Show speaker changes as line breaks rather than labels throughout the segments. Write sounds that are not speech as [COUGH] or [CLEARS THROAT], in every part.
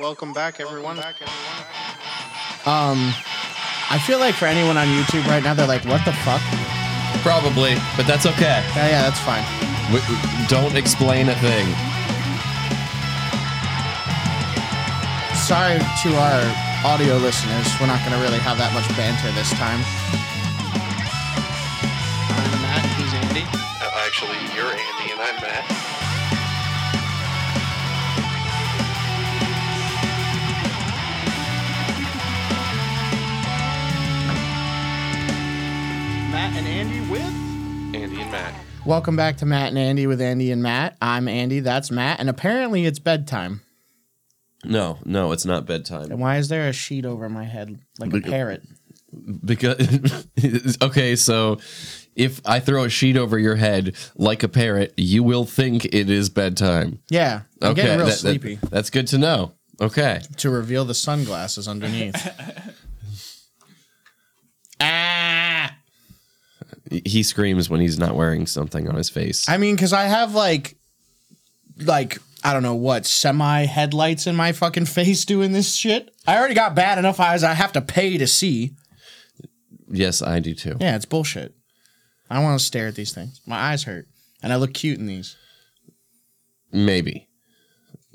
Welcome back, everyone.
Um, I feel like for anyone on YouTube right now, they're like, "What the fuck?"
Probably, but that's okay.
Yeah, yeah, that's fine.
We, we don't explain a thing.
Sorry to our audio listeners, we're not gonna really have that much banter this time.
I'm Matt. He's Andy.
Uh, Actually, you're Andy and I'm Matt.
Matt and Andy with
Andy and Matt.
Welcome back to Matt and Andy with Andy and Matt. I'm Andy. That's Matt, and apparently it's bedtime.
No, no, it's not
And
bedtime.
why is there a sheet over my head like a parrot?
Because [LAUGHS] okay, so if I throw a sheet over your head like a parrot, you will think it is bedtime.
Yeah, I'm
Okay,
getting real
that- that-
sleepy.
that's good to know. Okay,
to reveal the sunglasses underneath.
[LAUGHS]
ah!
he screams when he's not wearing something on his face.
I mean, because I have like, like I don't know what semi headlights in my fucking [LAUGHS] face doing this shit. I already got bad enough eyes. I have to pay to see.
yes, I do too.
Yeah, it's bullshit. I don't want to stare at these things. My eyes hurt, and I look cute in these.
Maybe.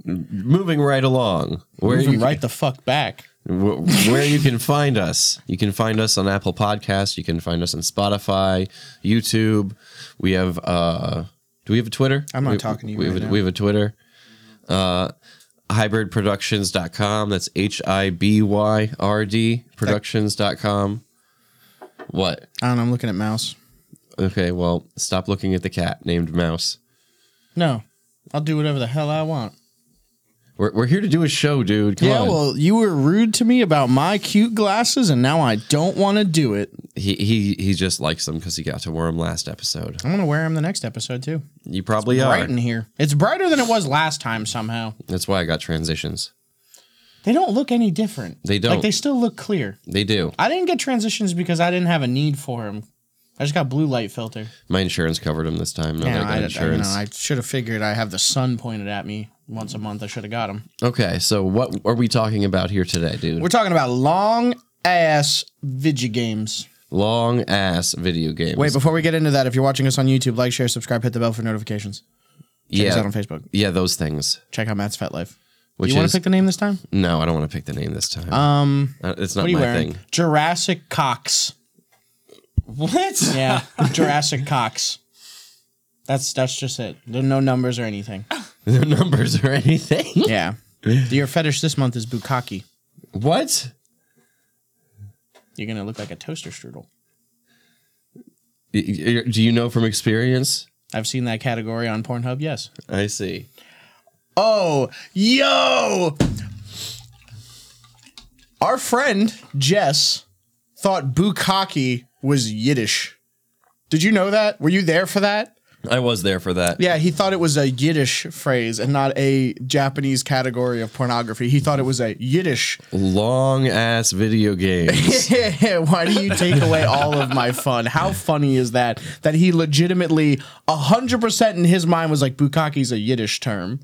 M- Moving right along, where
Moving
you
right the fuck back.
Wh- where you can find us. You can find us on Apple Podcasts. You can find us on Spotify, YouTube. We have. uh Do we have a Twitter?
I'm not
We-
talking to you
We, have
right
a,
now.
we have a Twitter. Uh, hybridproductions.com. That's H I B Y R D productions.com. What?
I don't know. I'm looking at mouse.
Okay, well, stop looking at the cat named Mouse.
No, I'll do whatever the hell I want.
We're, we're here to do a show, dude. Come
yeah,
on.
well, you were rude to me about my cute glasses, and now I don't want to do it.
he, he he just likes them because he got to wear them last episode.
I'm gonna wear them the next episode too.
You probably are.
Bright in here. It's brighter than it was last time somehow.
That's why I got transitions.
They don't look any different.
They
Like
don't.
they still look clear.
They do.
I didn't get transitions because I didn't have a need for them. I just got blue light filter.
My insurance covered him this time. No,
Yeah,
I Oh, got
I, I, you know,
insurance.
I should have figured I have the sun pointed at me once a month. I should have got them.
okay, so what are we talking about here today, dude?
We're talking about long ass video games.
Long ass video games.
Wait, before we get into that, if you're watching us on YouTube, like, share, subscribe, hit the bell for notifications. Check us out
yeah,
on Facebook.
yeah, those things.
Check out Matt's Fat Life.
Which
you want
is
to pick the name this time?
no, I don't want to pick the name this time.
Um,
Uh, it's
what
not
are you
my
wearing?
thing.
Jurassic Cox.
What?
Yeah, Jurassic Cox. That's that's just it. There are no numbers or anything.
[LAUGHS] no numbers or anything. [LAUGHS]
Yeah. Your fetish this month is bukkake.
What?
You're gonna look like a toaster strudel.
Y- y- Do you know from experience?
I've seen that category on Pornhub. Yes.
I see.
Oh, yo! Our friend Jess thought bukkake was Yiddish. Did you know that? Were you there for that?
I was there for that.
Yeah, he thought it was a Yiddish phrase and not a Japanese category of pornography. He thought it was a Yiddish
Long ass
[LAUGHS]
video games.
Why do you take away all of my fun? How funny is that? That he legitimately, 100% in his mind, was like, Bukkake's a Yiddish term.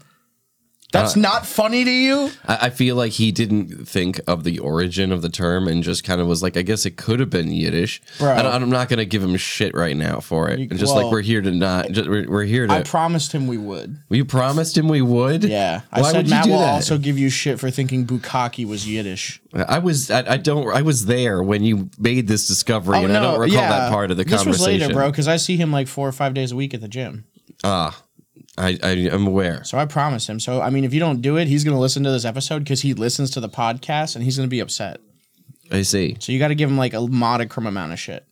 Uh,
That's not funny to you?
I, I feel like he didn't think of the origin of the term and just kind of was like, I guess it could have been Yiddish.
Bro.
I don't, I'm not going to give him shit right now for it. And just
well-
like we're here to not, just, we're, we're here to.
I promised him we would.
you promised him we would.
Yeah. I
[LAUGHS] Why
said
would you
Matt
do
will
that?
also give you shit for thinking Bukkake was Yiddish.
I was. I, I don't. I was there when you made this discovery, and I don't recall that part of the
Oh, this
conversation.
was later, bro, because I see him like four or five days a week at the gym.
Ah, I, I am aware.
So I promised him. So, I mean, if you don't do it, he's going to listen to this episode because he listens to the podcast and he's going to be upset.
I see.
So you got to give him like a modicum amount of shit.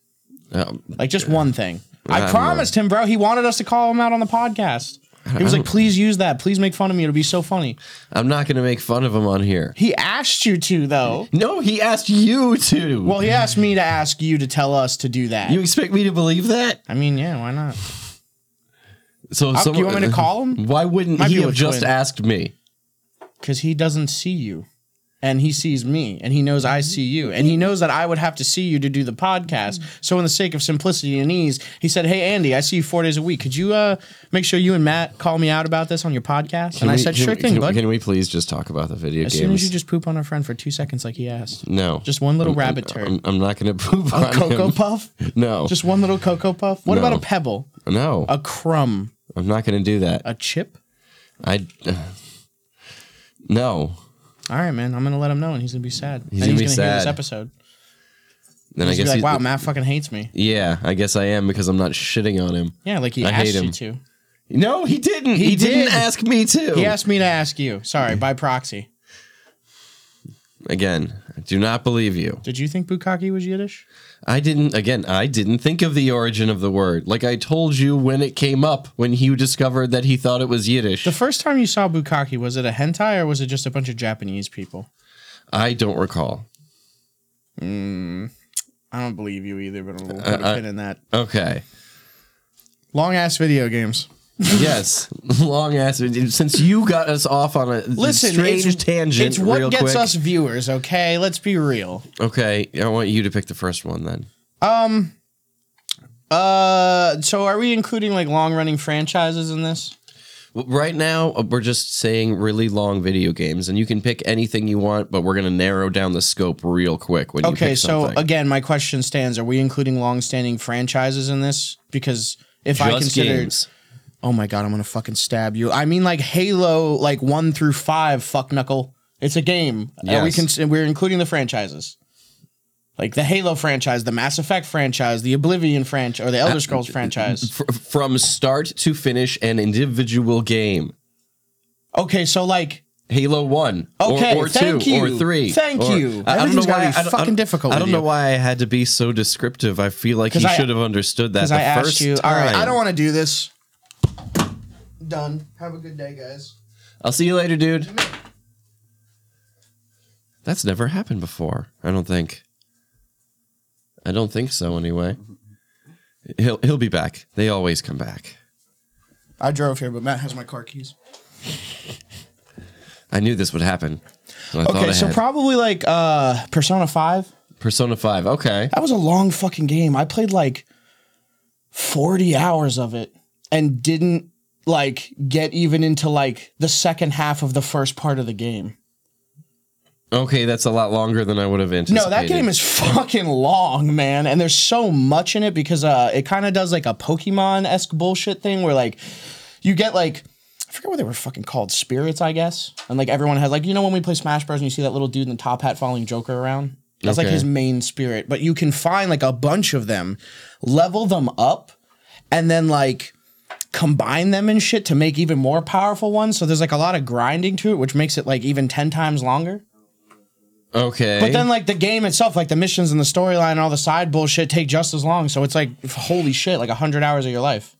Um,
Like just one thing. I,
I
promised him, bro. He wanted us to call him out on the podcast. He was like, please use that. Please make fun of me. It'll be so funny.
I'm not going to make fun of him on here.
He asked you to, though.
No, he asked you to.
Well, he asked me to ask you to tell us to do that.
you expect me to believe that?
I mean, yeah, why not?
So,
Up,
so
Um, you want
[LAUGHS]
me to call him?
Why wouldn't
Might be
he
a
have just
twin.
asked me?
Because he doesn't see you. and he sees me and he knows I see you and he knows that I would have to see you to do the podcast. So in the sake of simplicity and ease, he said, "Hey Andy, I see you 4 days a week. Could you uh make sure you and Matt call me out about this on your podcast?" and I said,
can,
"Sure thing,
can,
bud."
Can we please just talk about the video
as
games?
soon as you just poop on our friend for 2 seconds like he asked.
no,
Just one little
I'm-
rabbit
I'm-
turd.
I'm, I'm not going to [LAUGHS] poop on,
a cocoa
him.
puff?
[LAUGHS] No,
Just one little cocoa puff? What
No.
about a pebble?
no.
A crumb?
I'm not going to do that.
A chip?
I no.
All right, man. I'm gonna let him know, and he's gonna be sad.
He's
and
gonna be
he's gonna hear this
sad.
episode.
Then
He's gonna
I guess
be
he's-
like, "Wow, Matt fucking hates me."
Yeah, I guess I am because I'm not shitting on him.
Yeah, like he
I
asked
hate
you
him.
to.
No, he didn't. He,
did.
did. not ask me to.
He asked me to ask you. Sorry, by proxy.
Again, I do not believe you.
Did you think bukkake was Yiddish?
I didn't. Again, I didn't think of the origin of the word. Like I told you when it came up, when he discovered that he thought it was Yiddish.
The first time you saw bukkake, was it a hentai or was it just a bunch of Japanese people?
I don't recall.
I don't believe you either, but we'll put
I-
a pin in that.
Okay.
Long ass video games.
yes. [LAUGHS] Long ass. Since you got us off on a
Listen,
strange
it's,
tangent.
It's what
real
gets
quick.
us viewers. Okay, let's be real.
Okay, I want you to pick the first one then.
Um, Uh, so are we including like long running franchises in this?
Well, Right now, uh, we're just saying really long video games, and you can pick anything you want, but we're gonna narrow down the scope real quick when you
Okay,
pick
so
something.
again, my question stands: Are we including long-standing franchises in this? Because if I
Just
consider,
games.
oh my god, I'm gonna fucking stab you. I mean, like Halo, like one through five. Fuck knuckle, it's a game. Are we
Yes.
cons- we're including the franchises, like the Halo franchise, the Mass Effect franchise, the Oblivion franchise, or the
Uh,
Elder
[LAUGHS]
Scrolls franchise.
Fr- from start to finish, an individual game.
Okay, so like.
Halo One, or-
Okay,
or,
thank
two, or
you.
three.
Thank
or-
you.
I, I don't know
Everything's gotta
why
be
I don't,
fucking
I don't-
difficult
I
with
don't know
you.
why I had to be so descriptive. I feel like
'Cause
he
I-
should have understood that
Because
the
I
first
asked you.
time.
All right, I don't want to do this. Done. Have a good day, guys.
I'll see you later, dude. That's never happened before. I don't think. I don't think so. Anyway, he'll he'll be back. They always come back.
I drove here, but Matt has my car keys.
I knew this would happen. So I thought
Okay,
I
so
had.
probably like uh Persona 5.
Persona Five. Okay,
That was a long fucking game. I played like 40 hours of it and didn't like get even into like the second half of the first part of the game.
okay, that's a lot longer than I would have anticipated.
No, that game is fucking long, man. And there's so much in it because uh, it kind of does like a Pokemon esque bullshit thing where like you get like I forget what they were fucking called spirits, I guess. And like everyone has like you know when we play Smash Bros and you see that little dude in the top hat following Joker around. That's like
Okay.
his main spirit, but you can find like a bunch of them, level them up, and then like combine them and shit to make even more powerful ones. So there's like a lot of grinding to it, which makes it like even ten times longer.
okay.
But then, like the game itself, like the missions and the storyline and all the side bullshit, take just as long. So it's like, f- holy shit, like hundred hours of your life.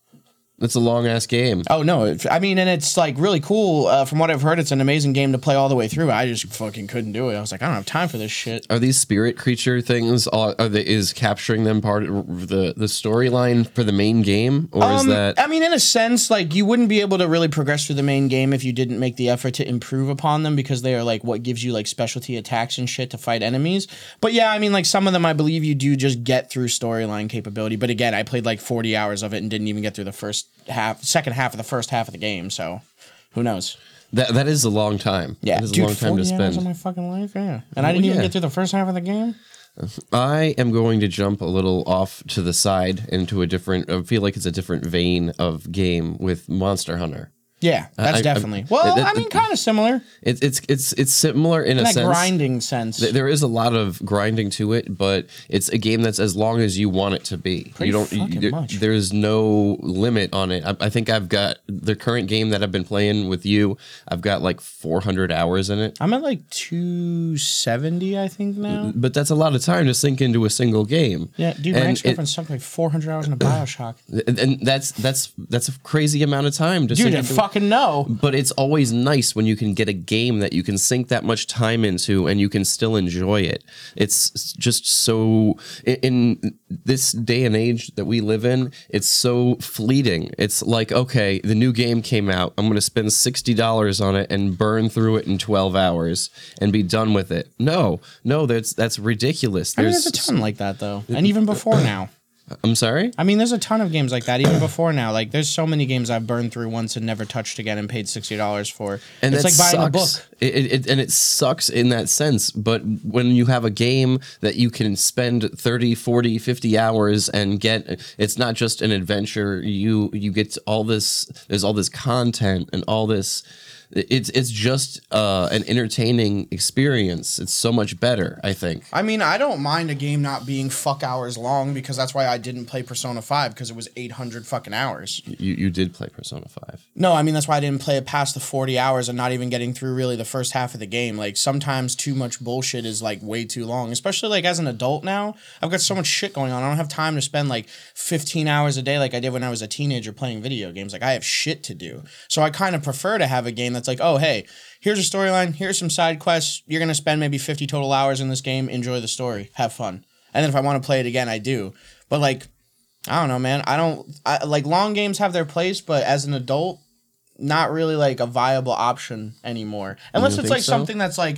that's a long ass game.
Oh no, it, I mean, and it's like really cool. Uh, from what I've heard, it's an amazing game to play all the way through. I just fucking couldn't do it. I was like, I don't have time for this shit.
Are these spirit creature things? Are, are they, is capturing them part of the the storyline for the main game, or is
Um,
that
I mean, in a sense, like you wouldn't be able to really progress through the main game if you didn't make the effort to improve upon them because they are like what gives you like specialty attacks and shit to fight enemies. But yeah, I mean, like some of them, I believe you do just get through storyline capability. But again, I played like 40 hours of it and didn't even get through the first half, second half of the first half of the game. So who knows?
that that is a long time?
Yeah,
that is a long time to spend.
hours of my fucking life. Yeah, and I didn't even
yeah.
get through the first half of the game.
I am going to jump a little off to the side into a different. I feel like it's a different vein of game with Monster Hunter.
Yeah, that's
I-
definitely.
I'm-
well,
that-
I mean, kind of similar
It's it's it's it's similar in,
in
a
that
sense.
grinding sense.
Th- There is a lot of grinding to it, but it's a game that's as long as you want it to be.
Pretty
you don't.
fucking
there-
much.
There's no limit on it. I, I think I've got the current game that I've been playing with you. I've got like 400 hours in it.
I'm at like 270, I think now.
But that's a lot of time to sink into a single game.
Yeah, dude, my
Mm-hmm. And
ex
it-
girlfriend
[CLEARS THROAT]
sunk like 400 hours in a Bioshock.
and that's that's that's a crazy amount of time to
Dude,
sink
it
into-
fucking know.
But it's always nice when you can get a game that you can sink that much time into and you can still enjoy it. It's just so in- in this day and age that we live in, it's so fleeting. It's like, okay, the new game came out. I'm going to spend $60 on it and burn through it in 12 hours and be done with it. No. No, that's that's ridiculous.
I mean,
There's
there's a ton like that though, and even
[CLEARS THROAT]
before now.
I'm sorry?
I mean, there's a ton of games like that even before now. Like, there's so many games I've burned through once and never touched again and paid sixty dollars for.
and
it's
that
like buying a
sucks.
book.
It, it, it- and it sucks in that sense. But when you have a game that you can spend 30, 40, 50 hours and get, it's not just an adventure. You you get all this. There's all this content and all this. It's it's just uh, an entertaining experience. It's so much better. I think.
I mean, I don't mind a game not being fuck hours long because that's why I didn't play Persona Five because it was eight hundred fucking hours.
You you did play Persona Five.
No, I mean that's why I didn't play it past the 40 hours and not even getting through really the first half of the game. Like sometimes too much bullshit is like way too long, especially like as an adult now. I've got so much shit going on. I don't have time to spend like 15 hours a day like I did when I was a teenager playing video games. Like I have shit to do. So I kind of prefer to have a game that's like, "Oh, hey, here's a storyline, here's some side quests. You're going to spend maybe 50 total hours in this game. Enjoy the story. Have fun." And then if I want to play it again, I do. But like I don't know, man. I don't I, like long games have their place, but as an adult, not really like a viable option anymore. Unless it's
think
like
so?
something that's like,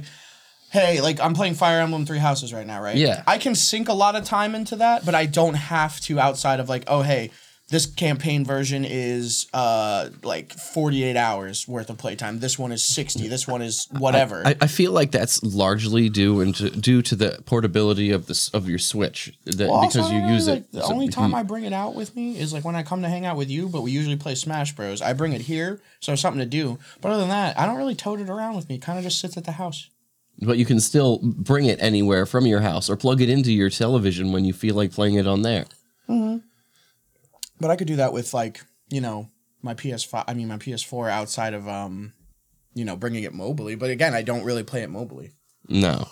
hey, like I'm playing Fire Emblem Three Houses right now, right?
Yeah.
I can sink a lot of time into that, but I don't have to outside of like, oh, hey, this campaign version is uh like 48 hours worth of playtime. This one is 60. This one is whatever.
I, I feel like that's largely due into due to the portability of this of your Switch that,
Well, also,
because
I
you
don't really,
use
like,
it. Mm-hmm.
The
so-
only time I bring it out with me is like when I come to hang out with you, but we usually play Smash Bros. I bring it here, so there's something to do. But other than that, I don't really tote it around with me. It kind of just sits at the house.
but you can still bring it anywhere from your house or plug it into your television when you feel like playing it on there.
But I could do that with like you know my PS5. I mean my PS4 outside of um, you know bringing it mobily. But again, I don't really play it mobily.
No.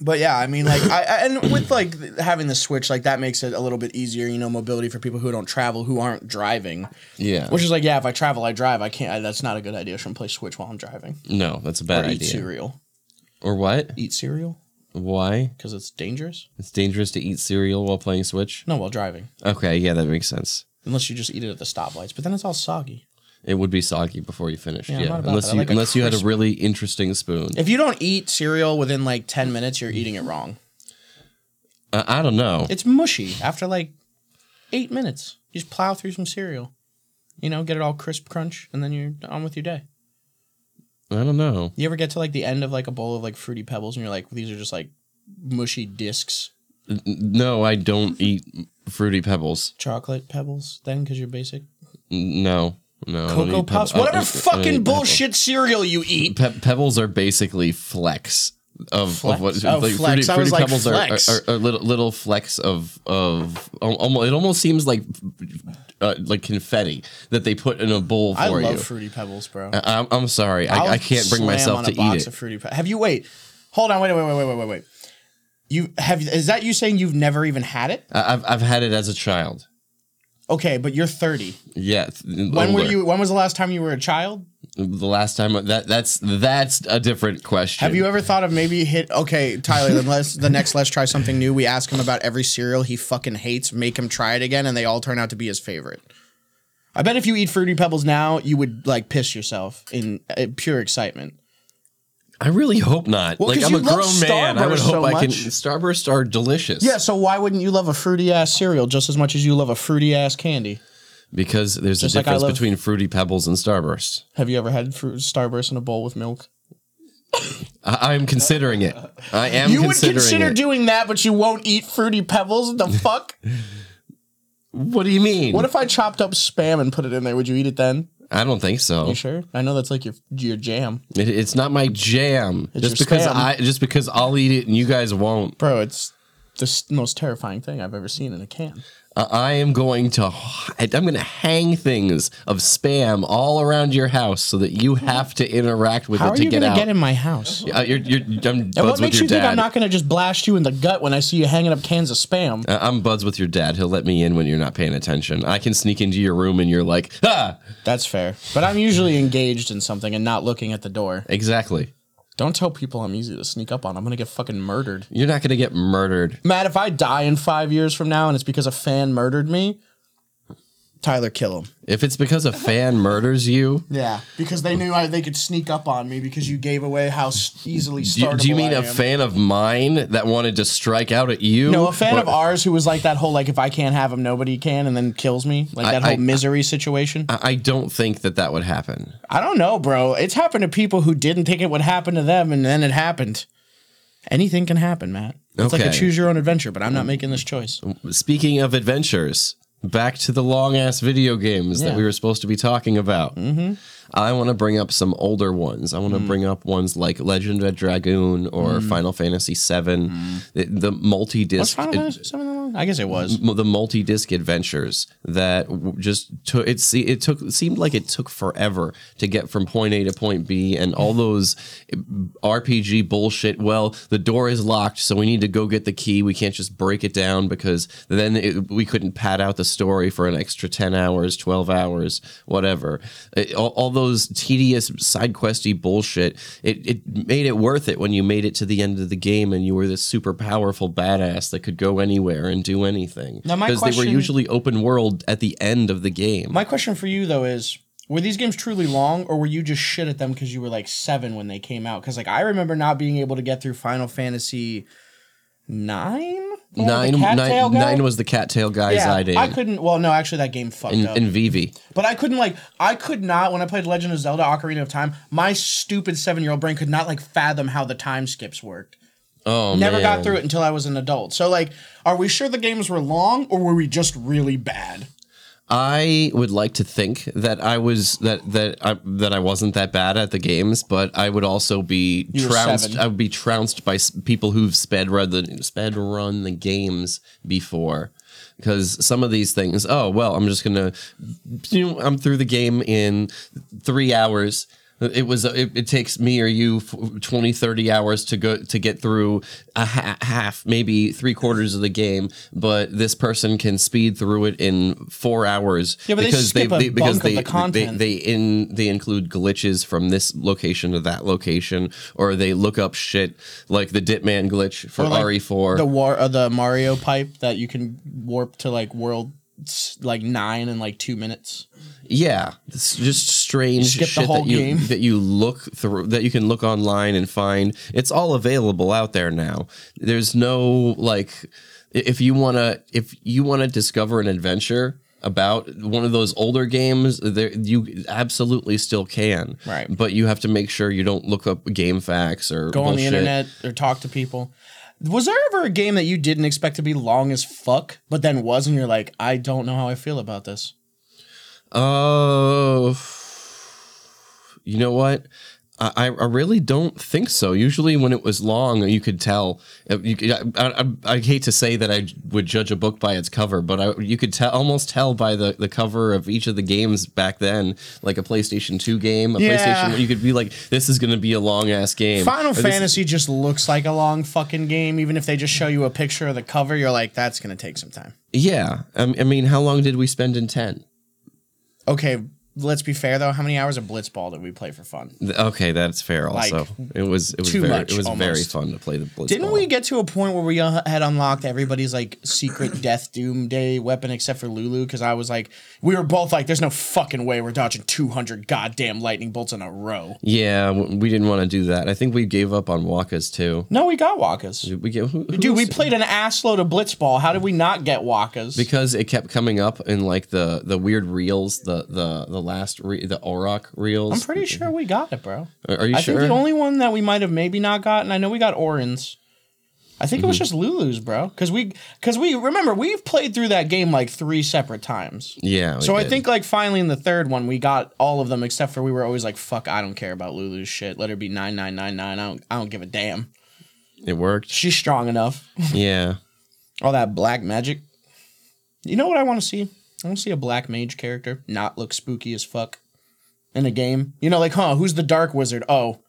But yeah, I mean, like, I, I and with like th- having the Switch, like that makes it a little bit easier, you know, mobility for people who don't travel, who aren't driving.
Yeah.
Which is like, yeah, if I travel, I drive. I can't. I, that's not a good idea. I shouldn't play Switch while I'm driving.
no, that's a bad
or eat
idea.
cereal.
Or what?
Eat cereal
Why?
because it's dangerous.
It's dangerous to eat cereal while playing Switch.
No, while driving,
Okay, yeah, that makes sense.
unless you just eat it at the stoplights. But then it's all soggy.
It would be soggy before you finish.
Yeah,
Yeah,
I'm not about
unless
that. I
you
like a
unless you had a
crisp-
really interesting spoon.
If you don't eat cereal within like ten minutes, you're eating it wrong.
Uh, I don't know.
It's mushy after like eight minutes. You just plow through some cereal, you know, get it all crisp crunch, and then you're on with your day.
I don't know.
You ever get to like the end of like a bowl of like fruity pebbles, and you're like, these are just like mushy discs,
No, I don't eat fruity pebbles.
chocolate pebbles. Then because you're basic.
N- No. No. I don't
Cocoa
eat pebble-
puffs,
I don't
whatever
eat- I don't eat
fucking
pebble.
bullshit cereal you eat.
Pe- pebbles are basically flecks of,
Flecks?
of what
Oh, flecks. I was like,
pebbles are-
flex.
Are, are, are little little flecks of of almost it almost seems like uh, like confetti that they put in a bowl for
I love
you.
fruity pebbles, bro.
I- I'm, I'm sorry,
I'll
I, I can't bring
slam
myself
on
to
a box
eat
Of
it.
fruity Pe- have you wait? Hold on, wait, wait, wait, wait, wait, wait, wait. You have is that you saying you've never even had it?
I- I've I've had it as a child.
Okay, but you're 30.
Yeah. When
When were you? When was the last time you were a child?
The last time that that's that's a different question.
Have you e- ever thought of maybe hit? Okay, Tyler. Then let's the next. Let's try something new. We ask him about every cereal he fucking hates. Make him try it again, and they all turn out to be his favorite. I bet if you eat fruity pebbles now, you would like piss yourself in uh, pure excitement.
I really hope not.
Well,
like
'cause
I'm
you
a
love
grown man. I would
Starburst
hope
so
I can.
much.
Starburst are delicious.
Yeah. So why wouldn't you love a fruity ass cereal just as much as you love a fruity ass candy?
Because there's
Just
a
like I
difference
love-
between fruity pebbles and starburst.
Have you ever had fruit Starburst in a bowl with milk?
I- I'm considering it. I am
you would
considering
consider
it.
doing that, but you won't eat fruity pebbles. [LAUGHS] The fuck?
what do you mean?
what if I chopped up spam and put it in there? Would you eat it then?
I don't think so.
You sure? I know that's like your your jam,
It, it's not my jam.
It's
just
your
because
spam.
I just because I'll eat it and you guys won't.
bro. It's the s- most terrifying thing I've ever seen in a can.
Uh, I am going to h- I'm going to hang things of spam all around your house so that you have to interact with
How
it
are
to
you
get
going to
out.
get in my house?
Uh, you're, you're, I'm
And
buds
what
with
makes
your
you think I'm
dad.
not going to just blast you in the gut when I see you hanging up cans of spam?
Uh, I'm buds with your dad. He'll let me in when you're not paying attention. I can sneak into your room and you're like, ah,
That's fair. But I'm usually engaged in something and not looking at the door.
exactly.
Don't tell people I'm easy to sneak up on. I'm going to get fucking murdered.
You're not going to get murdered.
Matt, if I die in five years from now and it's because a fan murdered me, Tyler, kill him.
If it's because a fan [LAUGHS] murders you,
Yeah, because they knew I, they could sneak up on me because you gave away how s- easily
do you,
startable
do you mean
I
a
am.
fan of mine that wanted to strike out at you?
No, a fan
Or-
of ours who was like that whole like if I can't have him, nobody can, and then kills me, like that
I-
whole
I-
misery situation. I,
I I don't think that that would happen.
don't know, bro. It's happened to people who didn't think it would happen to them, and then it happened. Anything can happen, Matt. It's like a
Okay.
choose your own adventure, but I'm not making this choice.
Speaking of adventures, back to the long ass video games
Yeah.
that we were supposed to be talking about. Mm-hmm. I want to bring up some older ones. I want to
Mm.
bring up ones like Legend of Dragoon or Final Fantasy VII, the, the multi
Mm. What's
disc.
Final Fantasy? Seven and One? I guess it was.
m- the multi-disc adventures that w- just took it. se- It took it seemed like it took forever to get from point A to point B, and all those eh, RPG bullshit. Well, the door is locked, so we need to go get the key. We can't just break it down because then it, we couldn't pad out the story for an extra ten hours, twelve hours, whatever. It- all, all those tedious side questy bullshit. It it made it worth it when you made it to the end of the game and you were this super powerful badass that could go anywhere and do anything.
Now, my
Because they were
question-
usually open world at the end of the game.
My question for you though is, were these games truly long, or were you just shit at them because you were like seven when they came out? Because like I remember not being able to get through Final Fantasy nine. oh, The one with
nine
the cattail
nine
guy?
nine was the cattail guy's
yeah,
idea.
I couldn't. Well, no, actually, that game fucked
in,
up.
in Vivi.
but I couldn't like I could not when I played Legend of Zelda: Ocarina of Time. My stupid seven year old brain could not like fathom how the time skips worked.
Oh
Never
man.
got through it until I was an adult. So like, are we sure the games were long, or were we just really bad?
I would like to think that I was that that I, that I wasn't that bad at the games, but I would also be
were
trounced.
seven.
I would be trounced by s- people who've sped run the sped run the games before, because some of these things. Oh well, I'm just gonna. You know, I'm through the game in three hours. It was it, it takes me or you f- 20 30 hours to go to get through a ha- half maybe 3 quarters of the game but this person can speed through it in 4 hours
Yeah, but they skip a bunk of the content.
they in they include glitches from this location to that location or they look up shit like the Ditman glitch for E
Or, like,
RE4
the war uh, the Mario pipe that you can warp to like world s- like nine in like two minutes.
Yeah, it's just strange
Skip the
shit
whole
that you
game.
that you look through that you can look online and find. It's all available out there now. There's no like i- if you want to if you want to discover an adventure about one of those older games there you absolutely still can
Right.
but you have to make sure you don't look up game facts or
Go on the
bullshit.
internet or talk to people. Was there ever a game that you didn't expect to be long as fuck, but then was, and you're like, I don't know how I feel about this?
Oh, you know what? I, I I really don't think so. Usually, when it was long, you could tell. Uh, You could, I, I, I- I hate to say that I would judge a book by its cover, but I, you could tell almost tell by the, the cover of each of the games back then, like a PlayStation Two game, a
Yeah.
PlayStation. You could be like, "This is going to be a long ass game."
Final
Or this-
Fantasy just looks like a long fucking game. Even if they just show you a picture of the cover, you're like, that's gonna take some time.
yeah. I, I mean, how long did we spend in ten?
Okay, let's be fair though. How many hours of Blitzball did we play for fun?
Th- Okay, that's fair.
Like,
Also, it was it was
too
very
much,
it was very
almost.
fun to play the. Blitzball.
Didn't we get to a point where we uh, had unlocked everybody's like secret death doomsday weapon except for Lulu? Because I was like, we were both like, there's no fucking way we're dodging 200 goddamn lightning bolts in a row.
Yeah, w- we didn't want to do that. I think we gave up on Wakas too.
No, we got Wakas.
Did we get, who, who
Dude, we
else-
played an assload of Blitzball. How did we not get Wakas?
because it kept coming up in like the the weird reels, the the the last re- the Auroch reels.
I'm pretty sure we got it, bro.
Are, are you
I
sure?
think the only one that we might have maybe not gotten, I know we got Orin's. I think it was just Lulu's, bro. Because we, because we remember we've played through that game like three separate times.
yeah. we
So I
did.
think like finally in the third one we got all of them except for we were always like fuck I don't care about Lulu's shit let her be nine nine nine nine I don't I don't give a damn
it worked.
she's strong enough
Yeah.
All that black magic. You know what I want to see? I want to see a black mage character not look spooky as fuck in a game. You know, like, huh? Who's the dark wizard? Oh,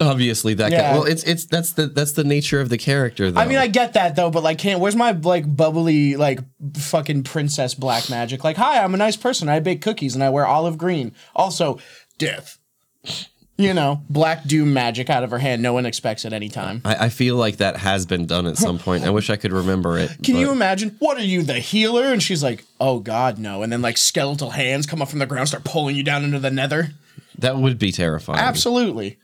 Obviously, that
Yeah.
guy. Well, it's it's that's the that's the nature of the character. Though.
I mean, I get that though, but like, can't. Where's my like bubbly like fucking princess black magic? Like, hi, I'm a nice person. I bake cookies and I wear olive green. Also, death. You know, black doom magic out of her hand. No one expects at any time.
I, I feel like that has been done at some point. I wish I could remember it.
[LAUGHS] Can
but-
you imagine? What are you, the healer? And she's like, oh God, no. And then like skeletal hands come up from the ground, start pulling you down into the nether.
That would be terrifying.
Absolutely.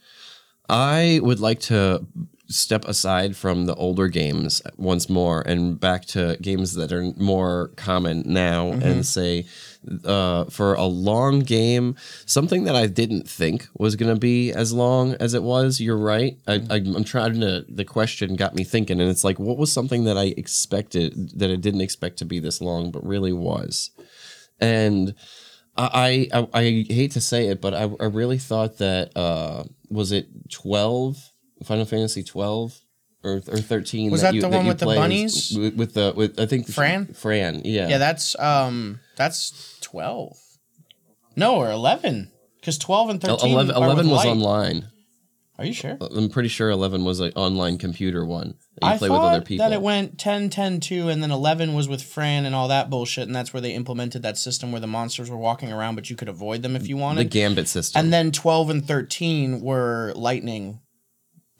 I would like to step aside from the older games once more and back to games that are more common now and say uh, for a long game something that i didn't think was going to be as long as it was you're right I,
Mm-hmm.
I, i'm trying to the question got me thinking and it's like what was something that i expected that i didn't expect to be this long but really was and I, I I hate to say it, but I, I really thought that uh, was it twelve Final Fantasy twelve or or thirteen
Was that the one with the
play as-
bunnies?
with, with the with I think
Fran?
Fran yeah
Yeah, that's um that's twelve. No, or eleven. Because twelve and thirteen.
11,
are with
11 was
light.
online
Are you sure?
I'm pretty sure eleven was an online computer one that you
I
play
thought
with other people
that it went 10, 10, 2, and then 11 was with Fran and all that bullshit, and that's where they implemented that system where the monsters were walking around, but you could avoid them if you
the
wanted.
Gambit system
and then 12 and 13 were lightning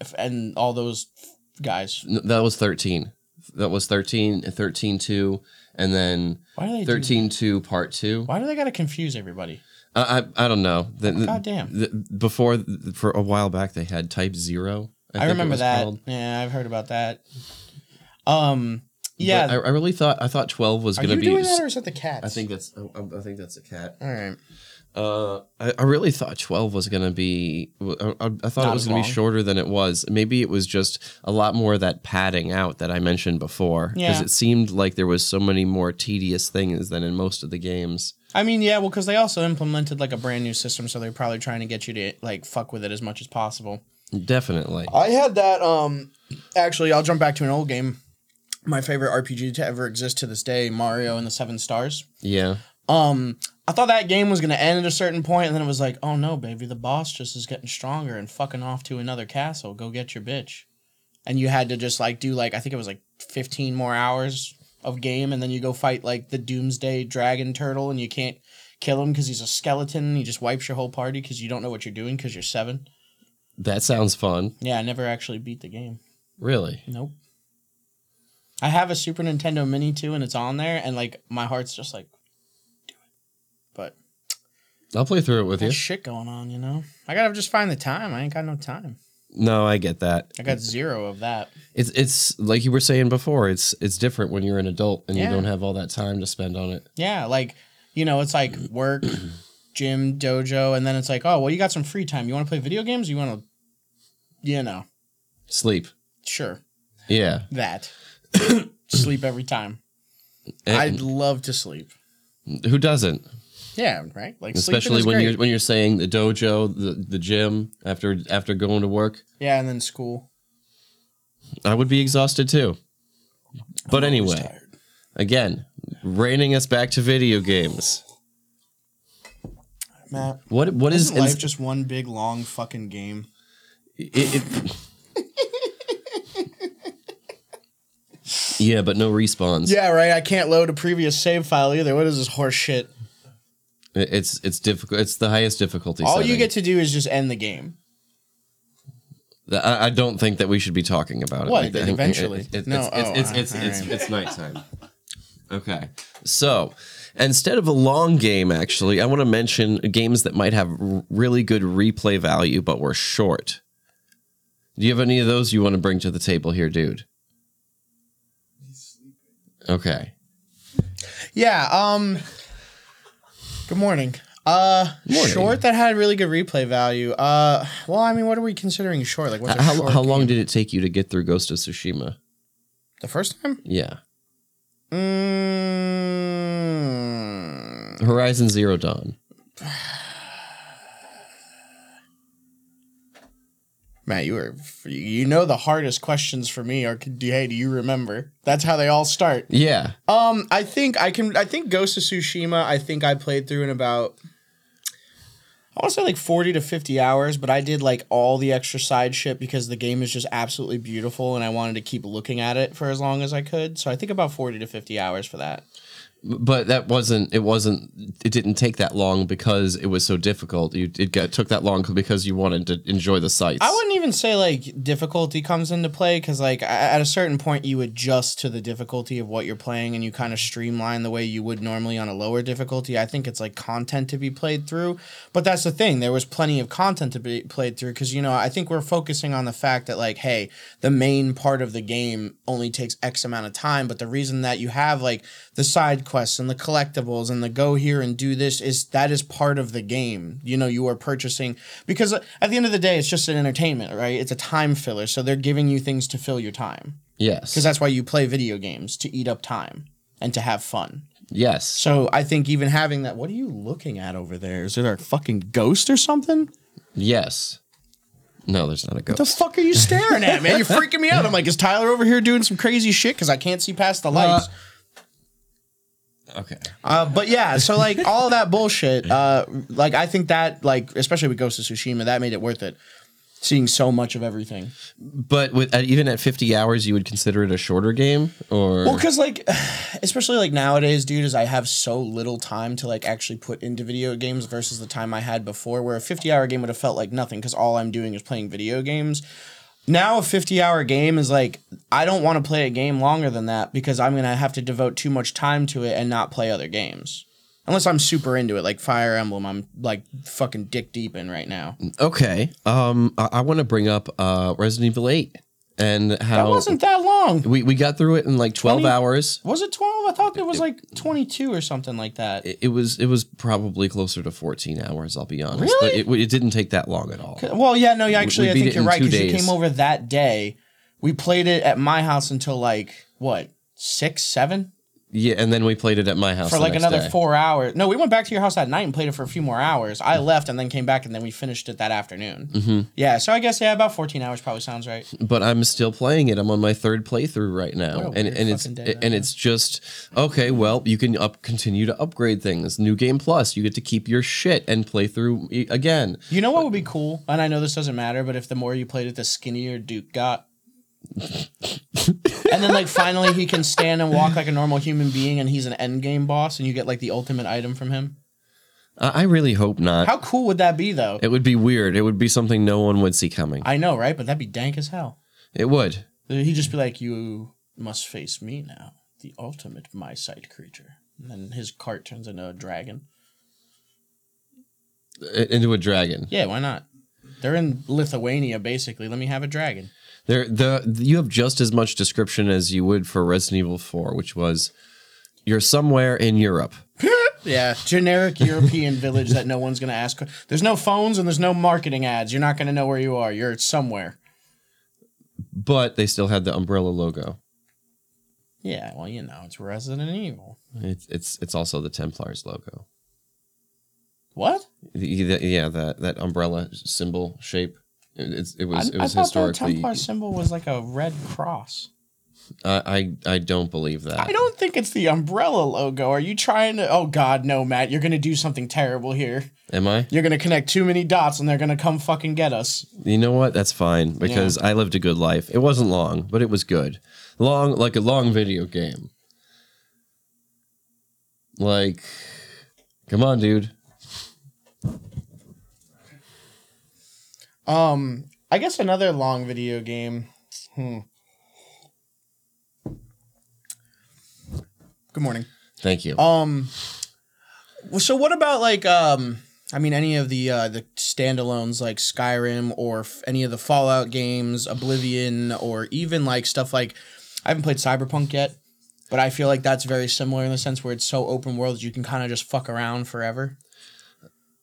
f- and all those f- guys.
N- that was thirteen that was 13 13 2 and then
Why do they do-
13 2 part 2
Why do they got to confuse everybody?
I, I I don't know. The, the-
God damn.
the- before for a while back they had Type Zero.
I,
think it
remember
was
that.
called.
Yeah, I've heard about that. Um, yeah.
But I, I really thought I thought twelve was
Are
going
you
to be.
doing
s-
that or is that the cat?
I think that's I, I think that's a cat.
All right.
Uh, I, I really thought twelve was going to be. I, I- I thought
Not
it was
as
going to be
long.
shorter than it was. Maybe it was just a lot more of that padding out that I mentioned before.
Yeah.
it seemed like there was so many more tedious things than in most of the games.
I mean, yeah, well, because they also implemented like a brand new system, so they're probably trying to get you to like fuck with it as much as possible.
Definitely.
I had that. Um, actually, I'll jump back to an old game. My favorite RPG to ever exist to this day, Mario and the Seven Stars.
Yeah.
Um, I thought that game was gonna end at a certain point, and then it was like, oh no, baby, the boss just is getting stronger and fucking off to another castle. Go get your bitch. And you had to just like do like I think it was like fifteen more hours of game, and then you go fight like the Doomsday Dragon Turtle, and you can't kill him because he's a skeleton. And he just wipes your whole party because you don't know what you're doing because you're seven.
That sounds fun.
Yeah, I never actually beat the game.
Really.
Nope. I have a Super Nintendo Mini too, and it's on there, and like my heart's just like, do it. But
I'll play through it with you.
there's shit going on, you know. I gotta just find the time. I ain't got no time.
No, I get that.
I got zero of that.
It's it's like you were saying before. It's it's different when you're an adult and
Yeah.
you don't have all that time to spend on it.
Yeah, like you know, it's
[CLEARS THROAT]
like work, gym, dojo, and then it's like, oh well, you got some free time. You want to play video games? You want to, you know,
Sleep.
sure
Yeah. [COUGHS]
that sleep every time. I'd
And
love to sleep.
who doesn't?
Yeah, right. Like sleeping
Especially
is
when
great.
you're when you're saying the dojo, the the gym after after going to work.
yeah, and then school.
I would be exhausted too.
Always
But anyway,
tired.
again, reining us back to video games.
Matt.
What what is
Isn't life just one big long fucking game?
it, it- [LAUGHS] Yeah, but no respawns.
Yeah, right. I can't load a previous save file either. What is this horse shit?
It- It's it's difficult. It's the highest difficulty.
All you
setting.
get to do is just end the game.
Th- I, I don't think that we should be talking about it.
Well,
like
it-
that.
eventually.
It- it-
No,
it's, it's,
oh,
it's, it's,
all
it's,
right.
it's nighttime. Okay. So instead of a long game, actually, I want to mention games that might have r- really good replay value, but were short. Do you have any of those you want to bring to the table here, dude? Okay.
Yeah. Um. Good morning. Uh,
Morning.
short that had really good replay value. Uh, well, I mean, what are we considering short? Like, what's a
How,
short
how long did it take you to get through Ghost of Tsushima?
the first time?
Yeah.
Mm,
Horizon Zero Dawn.
Matt, you were you know the hardest questions for me are do- hey, do you remember? That's how they all start.
Yeah.
Um, I think I can. I think Ghost of Tsushima. I think I played through in about. I want to say like forty to fifty hours, but I did like all the extra side shit because the game is just absolutely beautiful, and I wanted to keep looking at it for as long as I could. So I think about forty to fifty hours for that.
but that wasn't it wasn't it didn't take that long because it was so difficult you it got, took that long because you wanted to enjoy the sights
I wouldn't even say like difficulty comes into play because like a- at a certain point you adjust to the difficulty of what you're playing and you kind of streamline the way you would normally on a lower difficulty. I think it's like content to be played through, but that's the thing. There was plenty of content to be played through because you know I think we're focusing on the fact that like hey the main part of the game only takes X amount of time, but the reason that you have like the side quests and the collectibles and the go here and do this is that is part of the game. You know, you are purchasing because at the end of the day, it's just an entertainment, right? It's a time filler. So they're giving you things to fill your time
yes
because that's why you play video games to eat up time and to have fun.
yes
So I think even having that, what are you looking at over there? Is there a fucking ghost or something?
yes no there's not a ghost
The fuck are you staring at, man? You're freaking me out. I'm like, is Tyler over here doing some crazy shit? Because I can't see past the lights.
Uh, okay
Uh, but yeah, so like all that bullshit, uh, like I think that like especially with Ghost of Tsushima, that made it worth it. Seeing so much of everything.
but with at, even at 50 hours you would consider it a shorter game or
Well, because like, [SIGHS] especially like nowadays, dude, is I have so little time to like actually put into video games versus the time I had before, where a fifty-hour game would have felt like nothing because all I'm doing is playing video games. Now a fifty-hour game is like I don't want to play a game longer than that because I'm gonna have to devote too much time to it and not play other games. Unless I'm super into it, like Fire Emblem, I'm like fucking dick deep in right now.
okay um i, I want to bring up uh resident evil 8 and
That
how
wasn't that long.
we, we got through it in like 12
20
hours
Was it twelve? I thought it was like twenty-two or something like that.
it, it was it was probably closer to 14 hours i'll be honest but
Really?
it, it didn't take that long at all
Well, yeah, no, yeah, actually, I
beat
think
it
you're
in
right
two
because you
days.
came over that day. We played it at my house until like what six, seven
Yeah, and then we played it at my house
for
the
like
next
another
day.
four hours. No, we went back to your house that night and played it for a few more hours. I left and then came back and then we finished it that afternoon.
Mm-hmm.
Yeah, so I guess yeah, about fourteen hours probably sounds right.
But I'm still playing it. I'm on my third playthrough right now,
What a
and
weird
and it's
fucking day that
and it's just okay. Well, you can up continue to upgrade things. New game plus, you get to keep your shit and play through e- again.
You know what would be cool? And I know this doesn't matter, but if the more you played it, the skinnier Duke got. and then like finally he can stand and walk like a normal human being and he's an end game boss and you get like the ultimate item from him.
I, I really hope not.
How cool would that be though?
it would be weird. It would be something no one would see coming.
I know, right? But that'd be dank as hell.
it would.
He'd just be like, "You must face me now, the ultimate my sight creature." And then his cart turns into a dragon.
I- Into a dragon.
Yeah, why not? They're in Lithuania, basically. Let me have a dragon.
There, the you have just as much description as you would for Resident Evil Four, which was you're somewhere in Europe.
Yeah, generic European village that no one's gonna ask. There's no phones and there's no marketing ads. You're not gonna know where you are. You're somewhere.
but they still had the umbrella logo.
Yeah, well, you know, it's Resident Evil.
It's it's it's also the Templars logo.
What?
The- the- yeah, that that umbrella symbol shape. It, it's- it was
I,
it
I thought
was
the
historically.
Templar symbol was like a red cross.
I, I I don't believe that.
I don't think it's the umbrella logo. Are you trying to? Oh God, no, Matt! You're gonna do something terrible here.
Am I?
You're gonna connect too many dots, and they're gonna come fucking get us.
You know what? That's fine because I lived a good life. It wasn't long, but it was good. Long like a long video game. Like, come on, dude.
Um, I guess another long video game. Hmm. Good morning.
Thank you.
Um. well, So what about like um? I mean, any of the uh, the standalones like Skyrim or f- any of the Fallout games, Oblivion, or even like stuff like I haven't played Cyberpunk yet, but I feel like that's very similar in the sense where it's so open world that you can kind of just fuck around forever.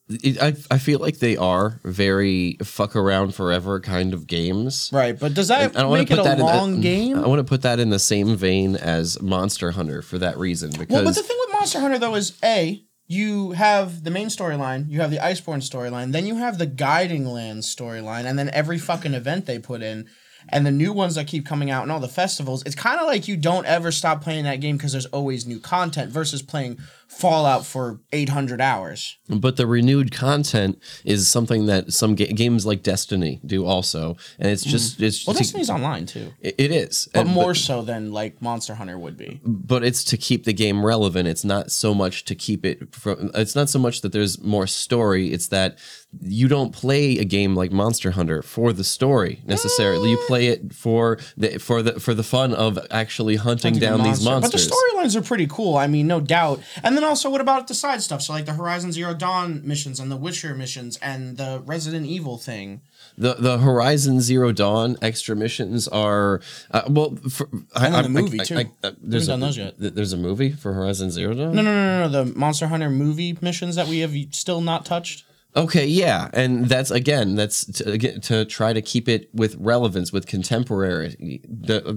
It- I I feel like they are very fuck around forever kind of games.
Right, but does that
I don't want
make
to
it
put
a
that
long
in uh, the,
game?
I want to put that in the same vein as Monster Hunter for that reason because
Well, but the thing with Monster Hunter though is a you have the main storyline, you have the Iceborne storyline, then you have the Guiding Lands storyline, and then every fucking event they put in, and the new ones that keep coming out, and all the festivals. It's kind of like you don't ever stop playing that game because there's always new content versus playing Fallout for 800 hours.
But the renewed content is something that some ga- games like Destiny do also, and it's just it's
Mm. Well,
to-
Destiny's online too,
it it is,
but
And-
more so than like Monster Hunter would be.
but it's to keep the game relevant. It's not so much to keep it from. It's not so much that there's more story. It's that you don't play a game like Monster Hunter for the story necessarily. You play it for the for the for the fun of actually hunting, down these
monster.
monsters.
But the storylines are pretty cool. I mean, no doubt. And then also, what about the side stuff? So like the Horizon Zero Dawn missions and the Witcher missions and the Resident Evil thing.
the the Horizon Zero Dawn extra missions are uh, well. For, I,
And
I-
the movie, too.
uh, there's
Haven't
a,
done those yet.
th- There's a movie for Horizon Zero Dawn.
No, no, no, no. The Monster Hunter movie missions that we have still not touched.
Okay, yeah, and that's again, that's to, again, to try to keep it with relevance, with contemporary. The uh,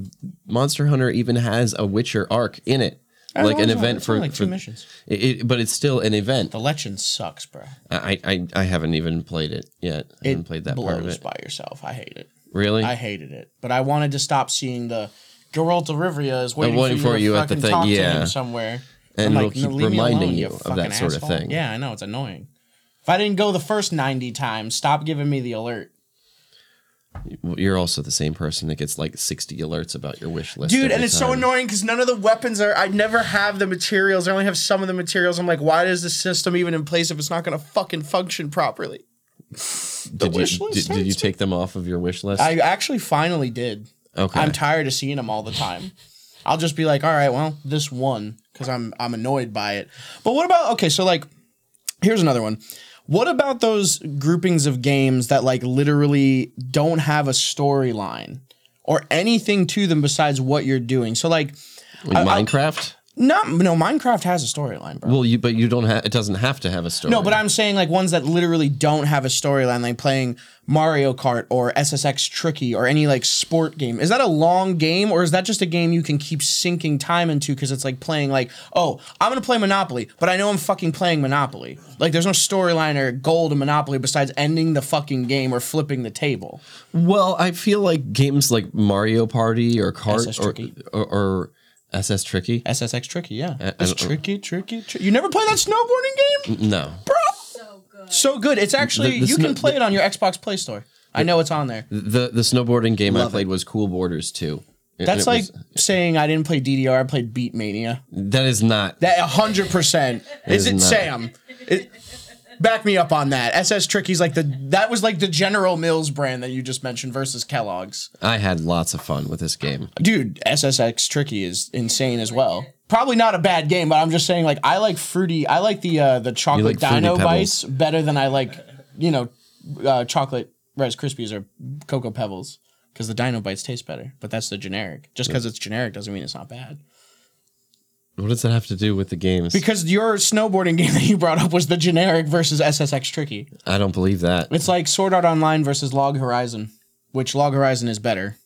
Monster Hunter even has a Witcher arc in it, like
Otherwise,
an event
it's only
for,
like two
for-
missions.
It, it- but it's still an event.
The Legend sucks, bro.
I, I I haven't even played it yet. I haven't played that
blows
part of it.
by yourself. I hate it.
Really?
I hated it, but I wanted to stop seeing the Geralt of Rivia is waiting,
I'm waiting
for you,
for you
to
at the
fucking
thing,
talk to
yeah.
him somewhere.
And
I'm
it'll keep
"No, leave me
reminding
alone,
you of that
fucking
sort of
asshole."
thing.
Yeah, I know it's annoying. If I didn't go the first ninety times, stop giving me the alert,
Well, You're also the same person that gets like 60 alerts about your wish list,
dude.
every
And it's so
time.
annoying because none of the weapons are. I never have the materials. I only have some of the materials. I'm like, why is the system even in place if it's not gonna fucking function properly?
Did you,
wish list
did, did you
hurts
take them off of your wish list?
I actually finally did.
okay.
I'm tired of seeing them all the time. I'll just be like, all right, well, this one because I'm I'm annoyed by it. But what about okay? So like, here's another one. What about those groupings of games that like literally don't have a storyline or anything to them besides what you're doing? So like,
Like Minecraft?
not no Minecraft has a storyline, bro.
well, you but you don't have it doesn't have to have a story.
No, but I'm saying like ones that literally don't have a storyline, like playing Mario Kart or SSX Tricky or any like sport game. Is that a long game or is that just a game you can keep sinking time into because it's like playing like, oh, I'm gonna play Monopoly, but I know I'm fucking playing Monopoly. Like there's no storyline or goal to Monopoly besides ending the fucking game or flipping the table.
Well, I feel like games like Mario Party or
SS
Kart or,
Tricky.
or, or SS Tricky.
SSX Tricky, yeah.
I
it's
don't-
tricky, tricky, tricky. You never play that snowboarding game?
No,
So good.
So good. It's actually
The- the
you can
snow-
play it on your Xbox Play Store. I know it's on there.
the the snowboarding game I
Love
played was Cool Borders too. And
That's
it
like
was-
saying I didn't play DDR. I played Beat Mania.
that is not.
That hundred percent is
is
it.
not.
Sam, It- back me up on that. SS Tricky's like the that was like the General Mills brand that you just mentioned versus Kellogg's.
I had lots of fun with this game.
Dude, SSX Tricky is insane as well. Probably not a bad game, but I'm just saying like I like fruity. I like the uh, the chocolate
like Fruity
Dino
Pebbles.
Bites better than I like you know uh, chocolate Rice Krispies or Cocoa Pebbles because the Dino Bites taste better. But that's the generic. Just because it's generic doesn't mean it's not bad.
What does that have to do with the games?
Because your snowboarding [LAUGHS] game that you brought up was the generic versus SSX Tricky.
I don't believe that.
It's like Sword Art Online versus Log Horizon, which Log Horizon is better.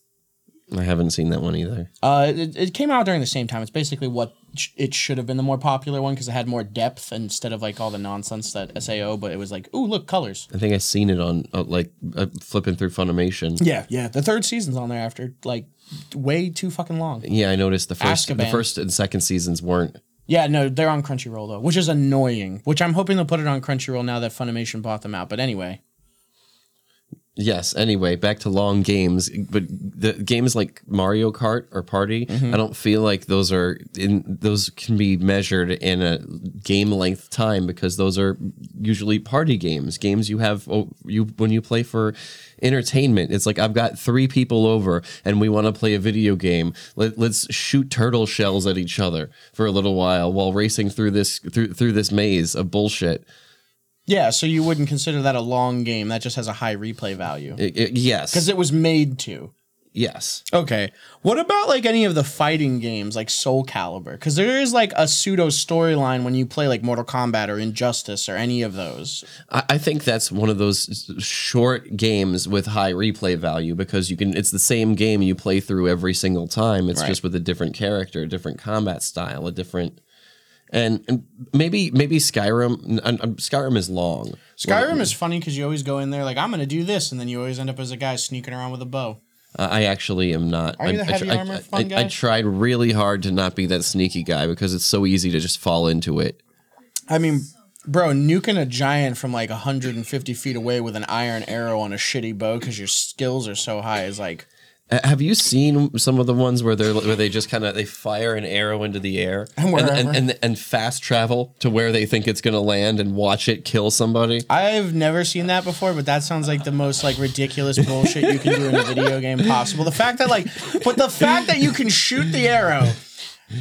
I haven't seen that one either.
Uh, it, it came out during the same time. It's basically what sh- it should have been the more popular one because it had more depth instead of like all the nonsense that SAO. But it was like, ooh, look, colors.
I think I seen it on uh, like uh, flipping through Funimation.
Yeah, yeah. The third season's on there after like way too fucking long.
Yeah, I noticed the first the
Azkaban.
first and second seasons weren't.
Yeah, no, they're on Crunchyroll though, which is annoying. Which I'm hoping they'll put it on Crunchyroll now that Funimation bought them out. But anyway,
Yes. Anyway, back to long games, but the games like Mario Kart or Party, I don't feel like those are in those can be measured in a game length time because those are usually party games, games you have oh, you when you play for entertainment. It's like I've got three people over and we want to play a video game. Let, let's shoot turtle shells at each other for a little while while racing through this through through this maze of bullshit.
yeah. So you wouldn't consider that a long game. That just has a high replay value.
It- it- yes.
because it was made to.
yes.
Okay. What about like any of the fighting games like Soul Calibur? Because there is like a pseudo storyline when you play like Mortal Kombat or Injustice or any of those.
I I think that's one of those short games with high replay value because you can. It's the same game you play through every single time. It's
Right.
just with a different character, a different combat style, a different. and, and maybe maybe Skyrim and, and Skyrim is long.
Skyrim is funny because you always go in there like I'm gonna do this, and then you always end up as a guy sneaking around with a bow.
Uh, I actually am not.
Are you
I,
the
I-
heavy
I,
armor
I-
fun
I-
guy?
I tried really hard to not be that sneaky guy because it's so easy to just fall into it.
I mean, bro, nuking a giant from like 150 feet away with an iron arrow on a shitty bow because your skills are so high is like
Uh, Have you seen some of the ones where they're where they just kind of they fire an arrow into the air and and,
wherever.
and, and fast travel to where they think it's going to land and watch it kill somebody?
I've never seen that before, but that sounds like the most like ridiculous bullshit you can do in a video game possible. The fact that like, but the fact that you can shoot the arrow,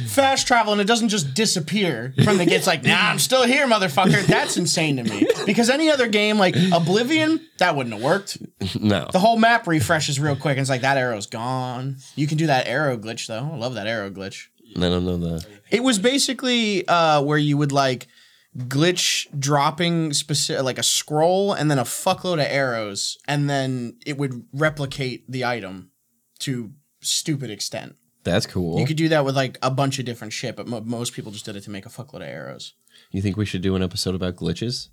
fast travel, and it doesn't just disappear from the gates like, nah, I'm still here, motherfucker. That's insane to me because any other game like Oblivion, that wouldn't have worked.
No,
The whole map refreshes real quick, and it's like that arrow's gone. You can do that arrow glitch though. I love that arrow glitch.
I don't know the.
It was basically uh, where you would like glitch dropping specific like a scroll and then a fuckload of arrows, and then it would replicate the item to stupid extent.
That's cool.
You
You,
could do that with like a bunch of different shit, but mo- most people just did it to make a fuckload of arrows.
think we should do an episode about glitches?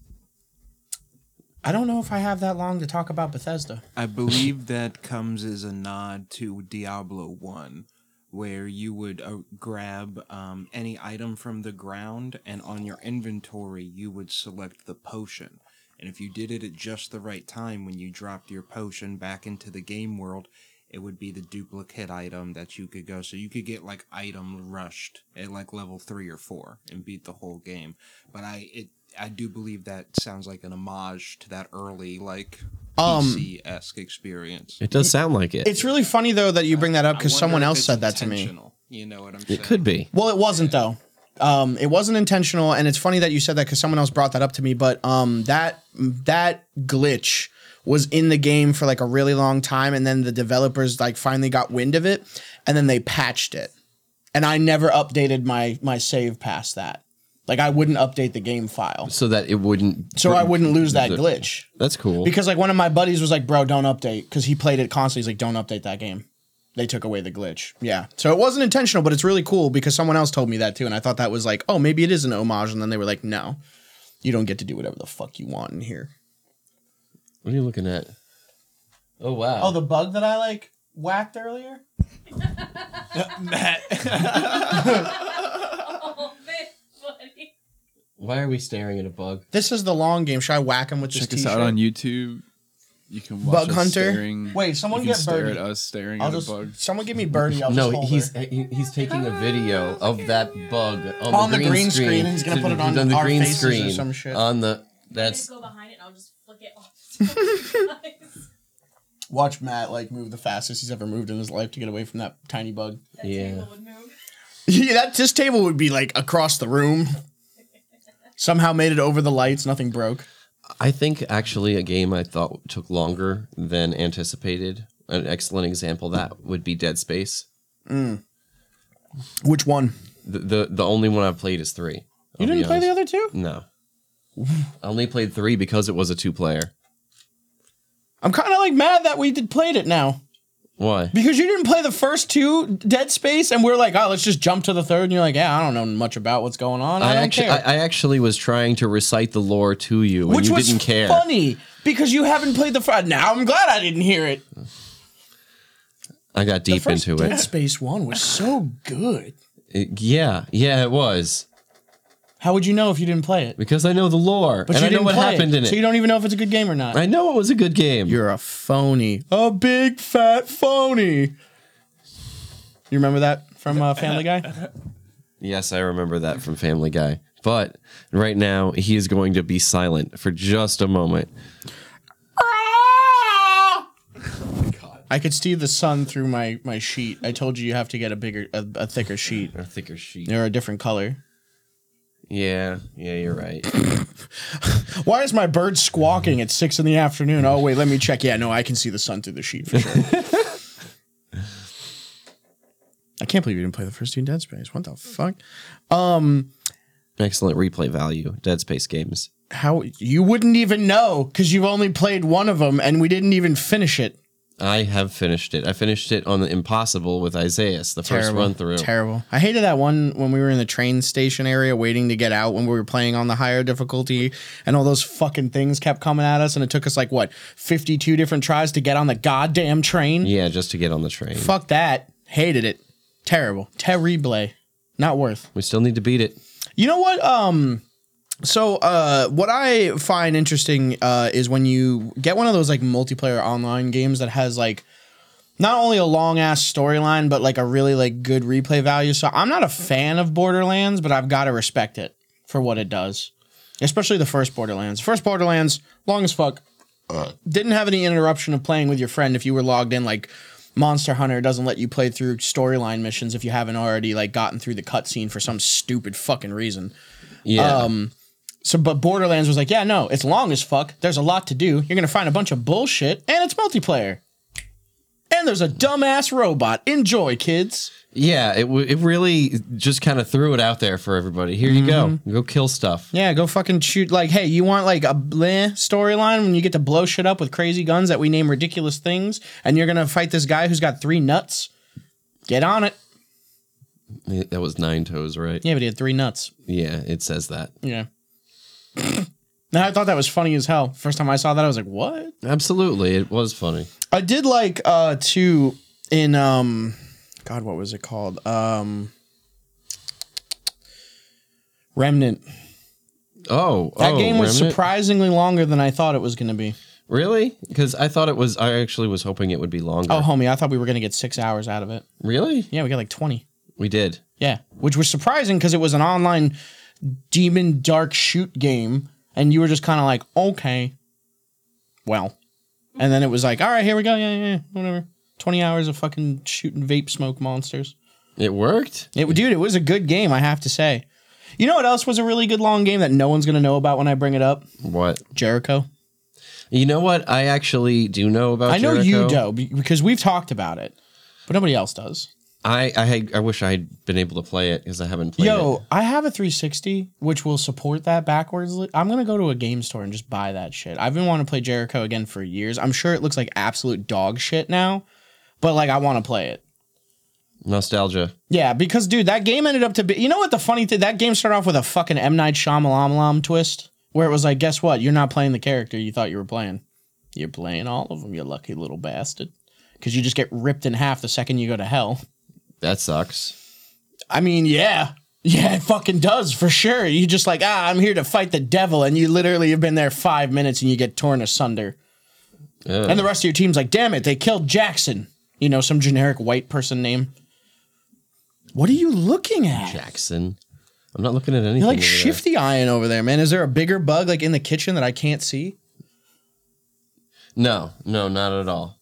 I don't know if I have that long to talk about Bethesda.
I believe that comes as a nod to Diablo 1, where you would uh, grab um, any item from the ground, and on your inventory, you would select the potion. And if you did it at just the right time when you dropped your potion back into the game world, it would be the duplicate item that you could go. So you could get like item rushed at like level three or four and beat the whole game. But I it I do believe that sounds like an homage to that early like
Um,
PC esque experience.
It does sound like it.
It's really funny though that you bring that up
I
because
wonder
someone
if
else
it's
said that to me.
intentional, You know what I'm saying?
It could be.
Well, it wasn't though. Um, it wasn't intentional, and it's funny that you said that because someone else brought that up to me. But um, that that glitch was in the game for like a really long time, and then the developers like finally got wind of it, and then they patched it. And I never updated my my save past that. Like I wouldn't update the game file,
So that it wouldn't.
so I wouldn't lose that glitch.
That's cool.
Because like one of my buddies was like, "Bro, don't update," because he played it constantly. He's like, "Don't update that game." They took away the glitch. Yeah, so it wasn't intentional, but it's really cool because someone else told me that too, and I thought that was like, "Oh, maybe it is an homage," and then they were like, "No, you don't get to do whatever the fuck you want in here."
what are you looking at? Oh wow.
the bug that I like whacked earlier.
Oh, that's funny.
Why are we staring at a bug?
This is the long game. Should I whack him with
Check
this
us
t-shirt?
out on YouTube. You can watch
Bug
us
Hunter?
Staring.
Wait, someone
you can
get
stare
Birdie.
at us staring
I'll
at
just
a bug.
someone give me birdie. I'll
No,
just hold
he's
her.
he, he's taking a video of that bug on,
On the green screen, and he's gonna put it on our
green
faces or some shit.
Uh,
On the
I'm gonna
that's
go behind it and I'll just flick it off. [LAUGHS] Guys,
watch Matt like move the fastest he's ever moved in his life to get away from that tiny bug.
that
Yeah.
table would move.
[LAUGHS] Yeah, that this table would be like across the room. Somehow made it over the lights, nothing broke.
I think actually a game I thought took longer than anticipated. An excellent example of that would be Dead Space.
Which one?
The the, the only one I've played is three.
You didn't play the other two?
No. I only played three because it was a two player.
I'm kind of like mad that we did played it now
Why?
because you didn't play the first two Dead Space, and we're like, oh, let's just jump to the third, and you're like, yeah, I don't know much about what's going on. I,
I
don't
actually,
care.
I, I actually was trying to recite the lore to you, and
Which
you
was
didn't care.
funny because you haven't played the first. Now I'm glad I didn't hear it.
I got
The
deep
first
into
Dead
it.
Space one was so good.
It- Yeah, yeah, it was.
How would you know if you didn't play it?
Because I know the lore.
But
and
you
I know
didn't
what
play
happened
it,
in it.
so you don't even know if it's a good game or not.
I know it was a good game.
You're a phony. A big fat phony. You remember that from uh, Family Guy?
yes, I remember that from Family Guy. But right now, he is going to be silent for just a moment.
[LAUGHS] I could see the sun through my my sheet. I told you you have to get a bigger, a, a thicker sheet
A thicker sheet.
or a different color.
Yeah, yeah, you're right. [COUGHS]
Why is my bird squawking at six in the afternoon? Oh wait, let me check. Yeah, no, I can see the sun through the sheet for sure.
[LAUGHS]
I can't believe you didn't play the first two Dead Space. What the fuck?
Excellent replay value, Dead Space games.
How you wouldn't even know because you've only played one of them and we didn't even finish it.
I have finished it. I finished it on the Impossible with Isaias, the first
Terrible.
run through.
Terrible. I hated that one when we were in the train station area waiting to get out when we were playing on the higher difficulty and all those fucking things kept coming at us and it took us like what 52 different tries to get on the goddamn train.
yeah, just to get on the train.
Fuck that. Hated it. Terrible. Terrible. Not worth.
We still need to beat it.
You know what? Um, so uh, what I find interesting uh, is when you get one of those like multiplayer online games that has like not only a long ass storyline but like a really like good replay value. So I'm not a fan of Borderlands, but I've got to respect it for what it does, especially the first Borderlands. First Borderlands, long as fuck. Didn't have any interruption of playing with your friend if you were logged in like Monster Hunter doesn't let you play through storyline missions if you haven't already like gotten through the cutscene for some stupid fucking reason.
Yeah.
Um, So, but Borderlands was like, yeah, no, it's long as fuck. There's a lot to do. You're gonna find a bunch of bullshit, and it's multiplayer. And there's a dumbass robot. Enjoy, kids.
yeah, it, w- it really just kind of threw it out there for everybody. Here you go.
Mm-hmm.
Go kill stuff.
Yeah, go fucking shoot. Like, hey, you want like a bleh storyline when you get to blow shit up with crazy guns that we name ridiculous things, and you're gonna fight this guy who's got three nuts? Get on it.
Yeah, That was Nine Toes, right?
Yeah, but he had three nuts.
Yeah, it says that.
Yeah. [COUGHS] now I thought that was funny as hell. First time I saw that, I was like, what?
Absolutely. It was funny.
I did like uh too in um God, what was it called? Um Remnant.
Oh,
That
oh,
game was
Remnant?
surprisingly longer than I thought it was gonna be.
Really? Because I thought it was. I actually was hoping it would be longer.
Oh homie, I thought we were gonna get six hours out of it.
really?
Yeah, we got like twenty.
We did.
Yeah. Which was surprising because it was an online demon dark shoot game, and you were just kinda like, okay. Well. And then it was like, all right, here we go, yeah, yeah, yeah, whatever. Twenty hours of fucking shooting vape smoke monsters.
It worked.
It, dude, it was a good game, I have to say. You know what else was a really good long game that no one's going to know about when I bring it up?
What?
Jericho.
You know what? I actually do know about.
I know
Jericho.
you do be- because we've talked about it, but nobody else does.
I I, had, I wish I'd been able to play it because I haven't played
Yo, I have a 360 which will support that backwards. li- I'm going to go to a game store and just buy that shit. I've been wanting to play Jericho again for years. I'm sure it looks like absolute dog shit now, but like I want to play it.
it. Nostalgia.
Yeah, because dude, that game ended up to be. You know what the funny thing? That game started off with a fucking M Night Shyamalan twist, where it was like, guess what? You're not playing the character you thought you were playing. You're playing all of them. You lucky little bastard. Because you just get ripped in half the second you go to hell.
That sucks.
I mean, yeah. Yeah, it fucking does for sure. You just like, ah, I'm here to fight the devil, and you literally have been there five minutes and you get torn asunder.
Ugh.
And the rest of your team's like, damn it, they killed Jackson. You know, some generic white person name. What are you looking at?
Jackson. I'm not looking at anything.
You're like
over there.
shifty eyeing over there, man. Is there a bigger bug like in the kitchen that I can't see?
No, no, not at all.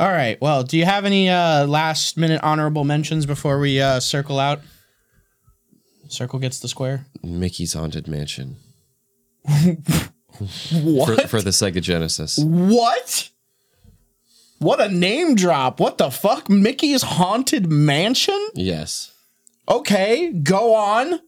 All right. Well, do you have any uh, last minute honorable mentions before we uh, circle out? Circle gets the square.
Mickey's Haunted Mansion for,
What?
for the Sega Genesis.
what? What a name drop. What the fuck? Mickey's Haunted Mansion?
Yes,
Okay, go on.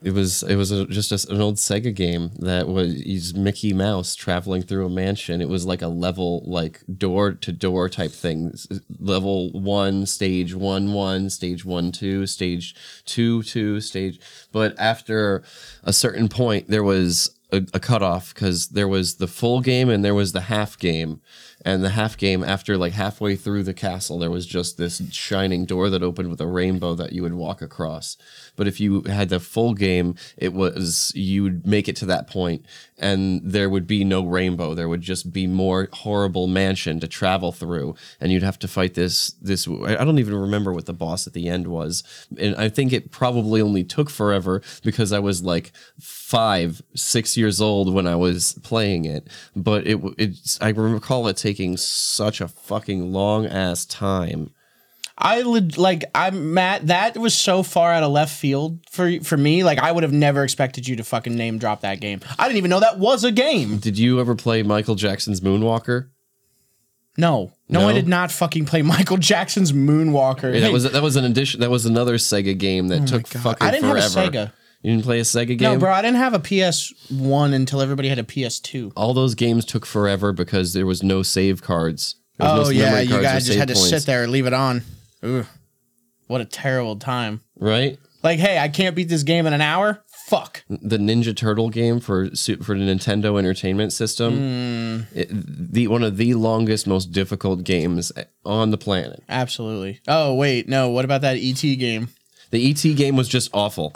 it was it was a, just a, an old Sega game that was he's Mickey Mouse traveling through a mansion. It was like a level like door to door type thing. S- Level one, stage one, one, stage one, two, stage two, two, stage. But after a certain point, there was a, a cutoff because there was the full game and there was the half game. And the half game, after like halfway through the castle, there was just this shining door that opened with a rainbow that you would walk across. But if you had the full game, it was you would make it to that point and there would be no rainbow. There would just be more horrible mansion to travel through. And you'd have to fight this, this, I I don't even remember what the boss at the end was. And I think it probably only took forever because I was like five, six years old when I was playing it. But it, w- it's, I recall it taking such a fucking long ass time.
I leg- like I'm Matt. That was so far out of left field for for me. Like I would have never expected you to fucking name drop that game. I didn't even know that was a game.
Did you ever play Michael Jackson's Moonwalker?
No, no, I
No?
did not fucking play [LAUGHS] Michael Jackson's Moonwalker.
Yeah,
Hey, Oh
that was that was an addition. That was another Sega game that took fucking
I didn't have a
forever.
Sega.
You didn't play a Sega game.
no, bro. I didn't have a PS One until everybody had a PS Two.
All those games took forever because there was no save cards. There was no
oh
memory
yeah, you
cards or
guys just
save
had to
points.
sit there and leave it on. Ooh, what a terrible time!
right?
Like, hey, I can't beat this game in an hour. Fuck.
the Ninja Turtle game for su- for the Nintendo Entertainment System.
Hmm.
It- the one of the longest, most difficult games on the planet.
Absolutely. Oh wait, no. What about that ET game?
The ET game was just awful.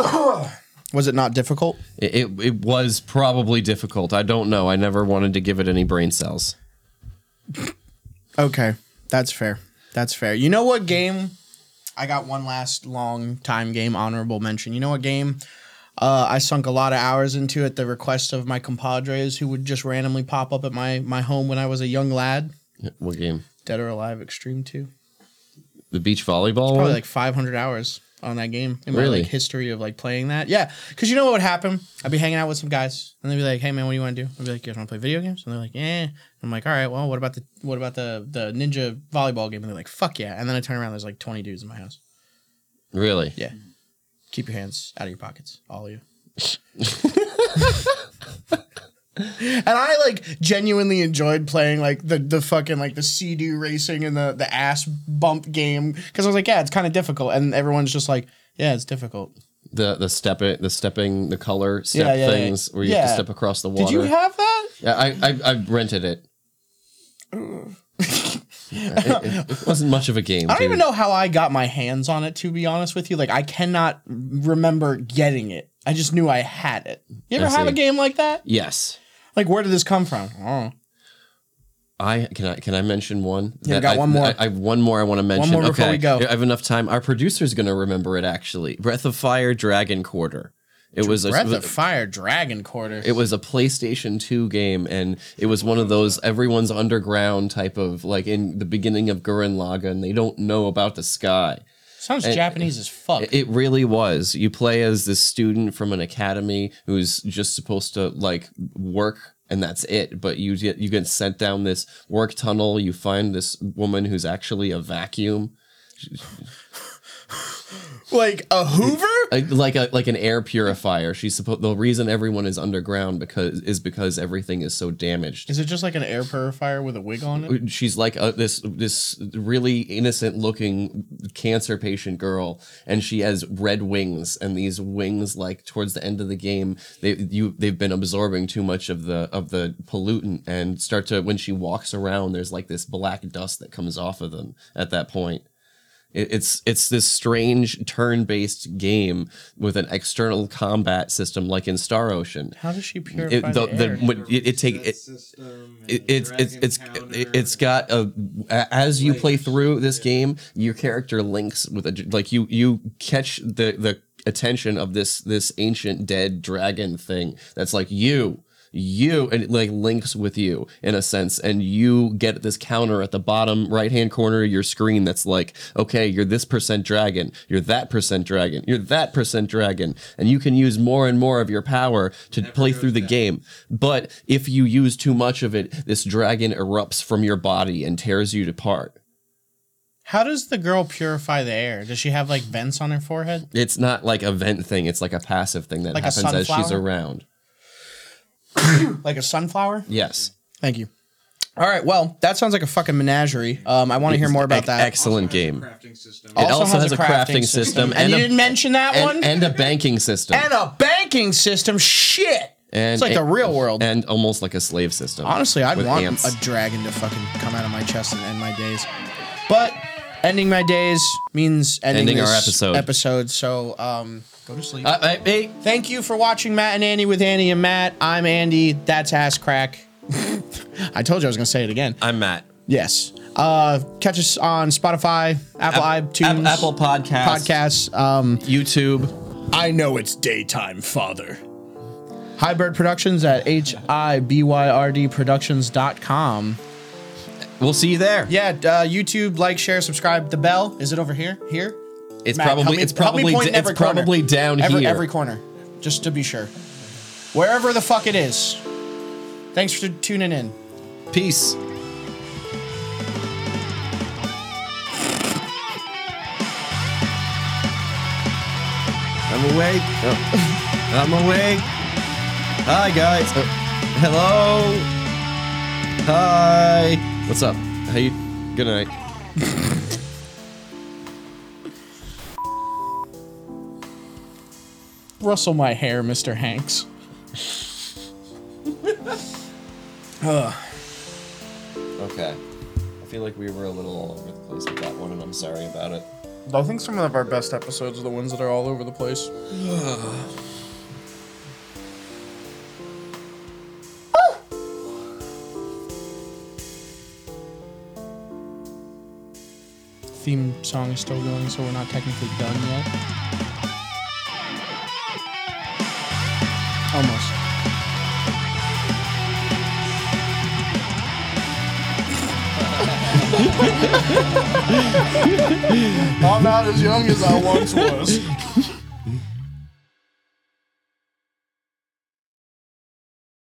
Was it not difficult?
it, it it was probably difficult. I don't know. I never wanted to give it any brain cells.
Okay, that's fair. That's fair. You know what game? I got one last long time game honorable mention. You know what game? Uh, I sunk a lot of hours into at the request of my compadres who would just randomly pop up at my my home when I was a young lad.
What game?
Dead or Alive Extreme Two.
The beach volleyball
Probably
one.
like 500 hours on that game in my
Really?
like history of like playing that. Yeah, because you know what would happen? I'd be hanging out with some guys, and they'd be like, "Hey man, what do you want to do?" I'd be like, "You guys want to play video games?" And they're like, "Yeah." I'm like, "All right, well, what about the what about the the ninja volleyball game?" And they're like, "Fuck yeah!" And then I turn around, there's like 20 dudes in my house.
really?
Yeah, keep your hands out of your pockets, all of you. [LAUGHS] And I like genuinely enjoyed playing like the the fucking like the sea racing and the the ass bump game because I was like, yeah, it's kind of difficult, and everyone's just like, yeah, it's difficult.
The the step the stepping the color step
Yeah, yeah, yeah.
things where you have
Yeah.
to step across the water.
Did you have that?
Yeah, I, I I
[LAUGHS]
rented it. Yeah, it, it wasn't much of a game.
I don't even
dude.
know how I got my hands on it. To be honest with you, like I cannot remember getting it. I just knew I had it. You ever
I
have a
see.
game like that?
Yes,
Like, where did this come from? Oh, I don't know.
I can. I can I mention one.
Yeah, we
That
got
I,
one more.
I, I one more. I want to mention.
more before
okay,
we go.
I have enough time. Our producer's gonna remember it. Actually, Breath of Fire, Dragon Quarter. It was a,
Breath of Fire, Dragon Quarter.
it was a PlayStation 2 game, and it was one of those everyone's underground type of like in the beginning of Gurren Laga, and they don't know about the sky.
Sounds Japanese as fuck.
It really was. You play as this student from an academy who's just supposed to like work and that's it. But you get you get sent down this work tunnel. You find this woman who's actually a vacuum,
like a Hoover.
like like, a, like an air purifier. She's supposed the reason everyone is underground because is because everything is so damaged.
Is it just like an air purifier with a wig on it?
she's like a, this this really innocent looking cancer patient girl and she has red wings and these wings like towards the end of the game they you they've been absorbing too much of the of the pollutant and start to when she walks around there's like this black dust that comes off of them at that point it, it's it's this strange turn-based game with an external combat system like in Star Ocean
How does she purify
it, the,
the,
the,
air?
when it, it take it, it, it's it's it's it- it's got a as you play through this game, your character links with a like you you catch the the attention of this this ancient dead dragon thing that's like you you and it like links with you in a sense and you get this counter at the bottom right hand corner of your screen that's like okay you're this percent dragon you're that percent dragon you're that percent dragon and you can use more and more of your power to play through the game but if you use too much of it this dragon erupts from your body and tears you apart
How does the girl purify the air? Does she have like vents on her forehead?
it's not like a vent thing it's like a passive thing that
Like a
happens as she's
sunflower?
around
Like a sunflower?
yes
Thank you. All right. Well, that sounds like a fucking menagerie. Um, I want to hear more about
Ex-
that.
excellent game
Also
it also has, a crafting, system,
and,
and,
you
a,
didn't mention that
and,
one.
and a banking system
And a banking system. Shit.
And-
it's like the
and-
real world.
and almost like a slave system.
Honestly, I'd
with
want
ants.
a dragon to fucking come out of my chest and end my days. But ending my days means ending,
Ending
this
our episode.
Episode. So um, go to sleep.
Uh, hey, hey,
Thank you for watching Matt and Andy with Andy and Matt. I'm Andy. That's ass crack. [LAUGHS] I told you I was gonna say it again.
I'm Matt.
Yes. Uh, catch us on Spotify, Apple
App-
iTunes,
App- Apple Podcasts,
podcasts. Um,
YouTube.
I know it's daytime, Father. High Bird Productions at h i b y r d productions.com.
We'll see you there.
Yeah, uh, YouTube, like, share, subscribe. The bell is it over here? Here?
it's
Matt,
probably
help me-
it's
help me
probably
point
d-
in
it's
every corner.
probably down
every,
here.
Every corner, just to be sure. Wherever the fuck it is. Thanks for tuning in.
Peace. I'm awake. Oh. I'm awake. Hi guys. Oh. Hello. Hi. What's up? How you? Good night.
Rustle my hair, Mr. Hanks.
Okay. I feel like we were a little all over the place with that one, and I'm sorry about it.
I think some of our best episodes are the ones that are all over the place. [SIGHS] Theme song is still going, so we're not technically done yet. Almost. I'm not as young as I once was.